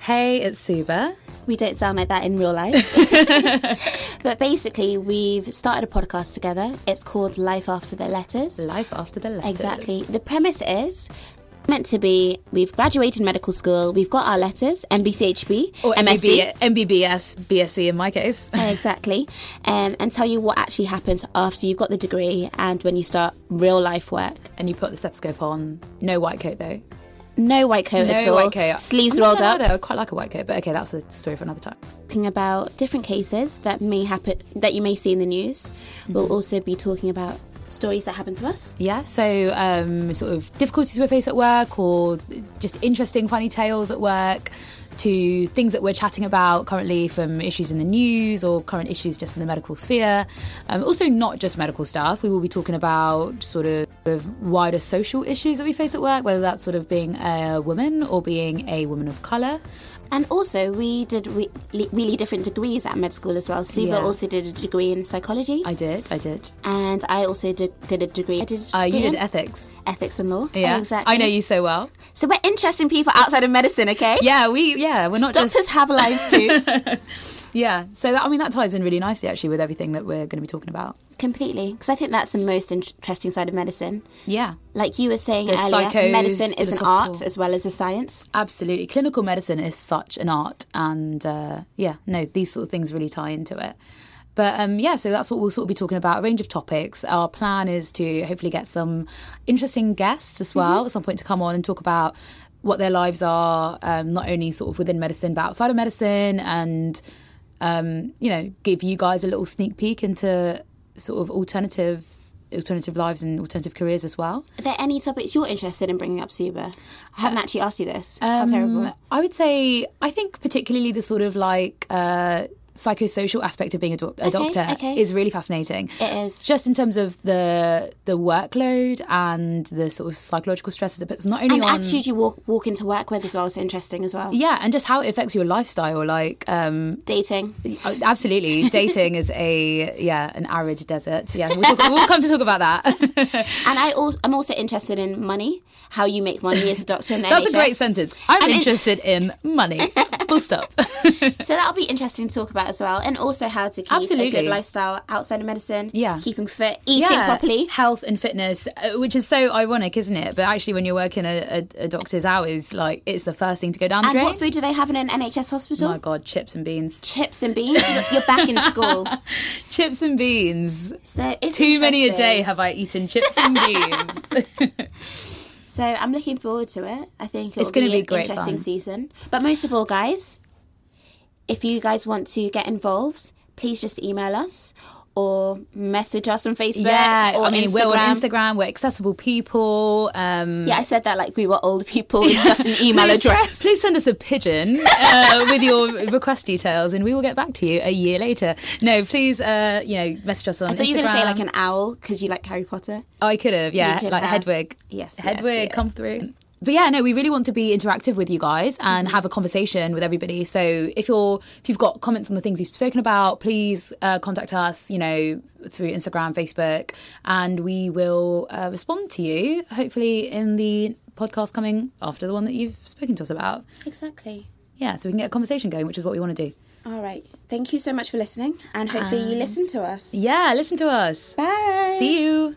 Hey, it's Suba. We don't sound like that in real life. but basically, we've started a podcast together. It's called Life After the Letters. Life after the letters. Exactly. The premise is meant to be we've graduated medical school, we've got our letters, MBCHB, Or MSc. MBB, MBBS, BSc E in my case. exactly. Um, and tell you what actually happens after you've got the degree and when you start real life work. And you put the stethoscope on. No white coat though. No white coat no at all. white coat. Sleeves I'm not rolled gonna up. lie, Though. I'd quite like a white coat, but okay, that's a story for another time. talking about different cases that may happen that you may see in the news. We'll Mm-hmm. also be talking about stories that happen to us. Yeah, so um, sort of difficulties we face at work, or just interesting, funny tales at work, to things that we're chatting about currently from issues in the news or current issues just in the medical sphere. Um, also, not just medical stuff. We will be talking about sort of, sort of wider social issues that we face at work, whether that's sort of being a woman or being a woman of colour. And also, we did re- le- really different degrees at med school as well. Suba Yeah. also did a degree in psychology, I did, I did. and I also did, did a degree. I did Uh, you did yeah, ethics. ethics and law. Yeah, Mm-hmm. Oh, exactly. I know you so well. So we're interesting people outside of medicine, okay? Yeah, we yeah we're not Doctors just have lives too. yeah. So that, I mean that ties in really nicely actually with everything that we're going to be talking about. Completely, because I think that's the most interesting side of medicine. Yeah, Like you were saying The earlier, psycho- medicine is an art philosophical- as well as a science. absolutely. Clinical medicine is such an art, and uh, yeah, no, these sort of things really tie into it. But um, yeah, so that's what we'll sort of be talking about a range of topics. Our plan is to hopefully get some interesting guests as well at some point to come on and talk about what their lives are, um, not only sort of within medicine but outside of medicine, and um, you know, give you guys a little sneak peek into sort of alternative alternative lives and alternative careers as well. Are there any topics you're interested in bringing up, Suba? I Uh, haven't actually asked you this. um, How terrible. I would say I think particularly the sort of like uh, psychosocial aspect of being a, doc- a doctor okay. is really fascinating. It is. just in terms of the the workload and the sort of psychological stresses it puts not only And the on attitude you walk, walk into work with as well is interesting as well. yeah, and just how it affects your lifestyle. Like, um, Dating. absolutely, dating is a yeah an arid desert. Yeah, we'll, talk, we'll come to talk about that. And I also, I'm also interested in money, how you make money as a doctor in the That's a NHS. great sentence. I'm And it- interested in money. Full stop. So that'll be interesting to talk about as well. And also how to keep a Absolutely. good lifestyle outside of medicine. Yeah. Keeping fit, eating properly. Health and fitness, uh, which is so ironic, isn't it? But actually, when you're working a, a, a doctor's hours, like it's the first thing to go down the And drain. what food do they have in an NHS hospital? Oh my god, chips and beans. Chips and beans. You're- You're back in school. Chips and beans. So it's Too many a interesting. day have I eaten chips and beans. So I'm looking forward to it. I think it'll It's gonna be an great interesting fun. season. But most of all, guys, if you guys want to get involved, please just email us or message us on Facebook yeah, or I mean, Instagram. we're on Instagram, we're accessible people. Um, Yeah, I said that like we were old people with just an email please- address. Please send us a pigeon uh, with your request details, and we will get back to you a year later. No, please, uh, you know, message us on I thought Instagram. you were going to say like an owl because you like Harry Potter. Oh, I could have, yeah, could like have. Hedwig. Yes, yes, Hedwig, yes. come through. But yeah, no, we really want to be interactive with you guys Mm-hmm. and have a conversation with everybody. So if you're if you've got comments on the things we've spoken about, please uh, contact us. You know, through Instagram, Facebook, and we will uh, respond to you. Hopefully, in the podcast coming after the one that you've spoken to us about. Exactly. Yeah, so we can get a conversation going, which is what we want to do. All right. Thank you so much for listening, and hopefully you listen to us. Yeah, listen to us. Bye. See you.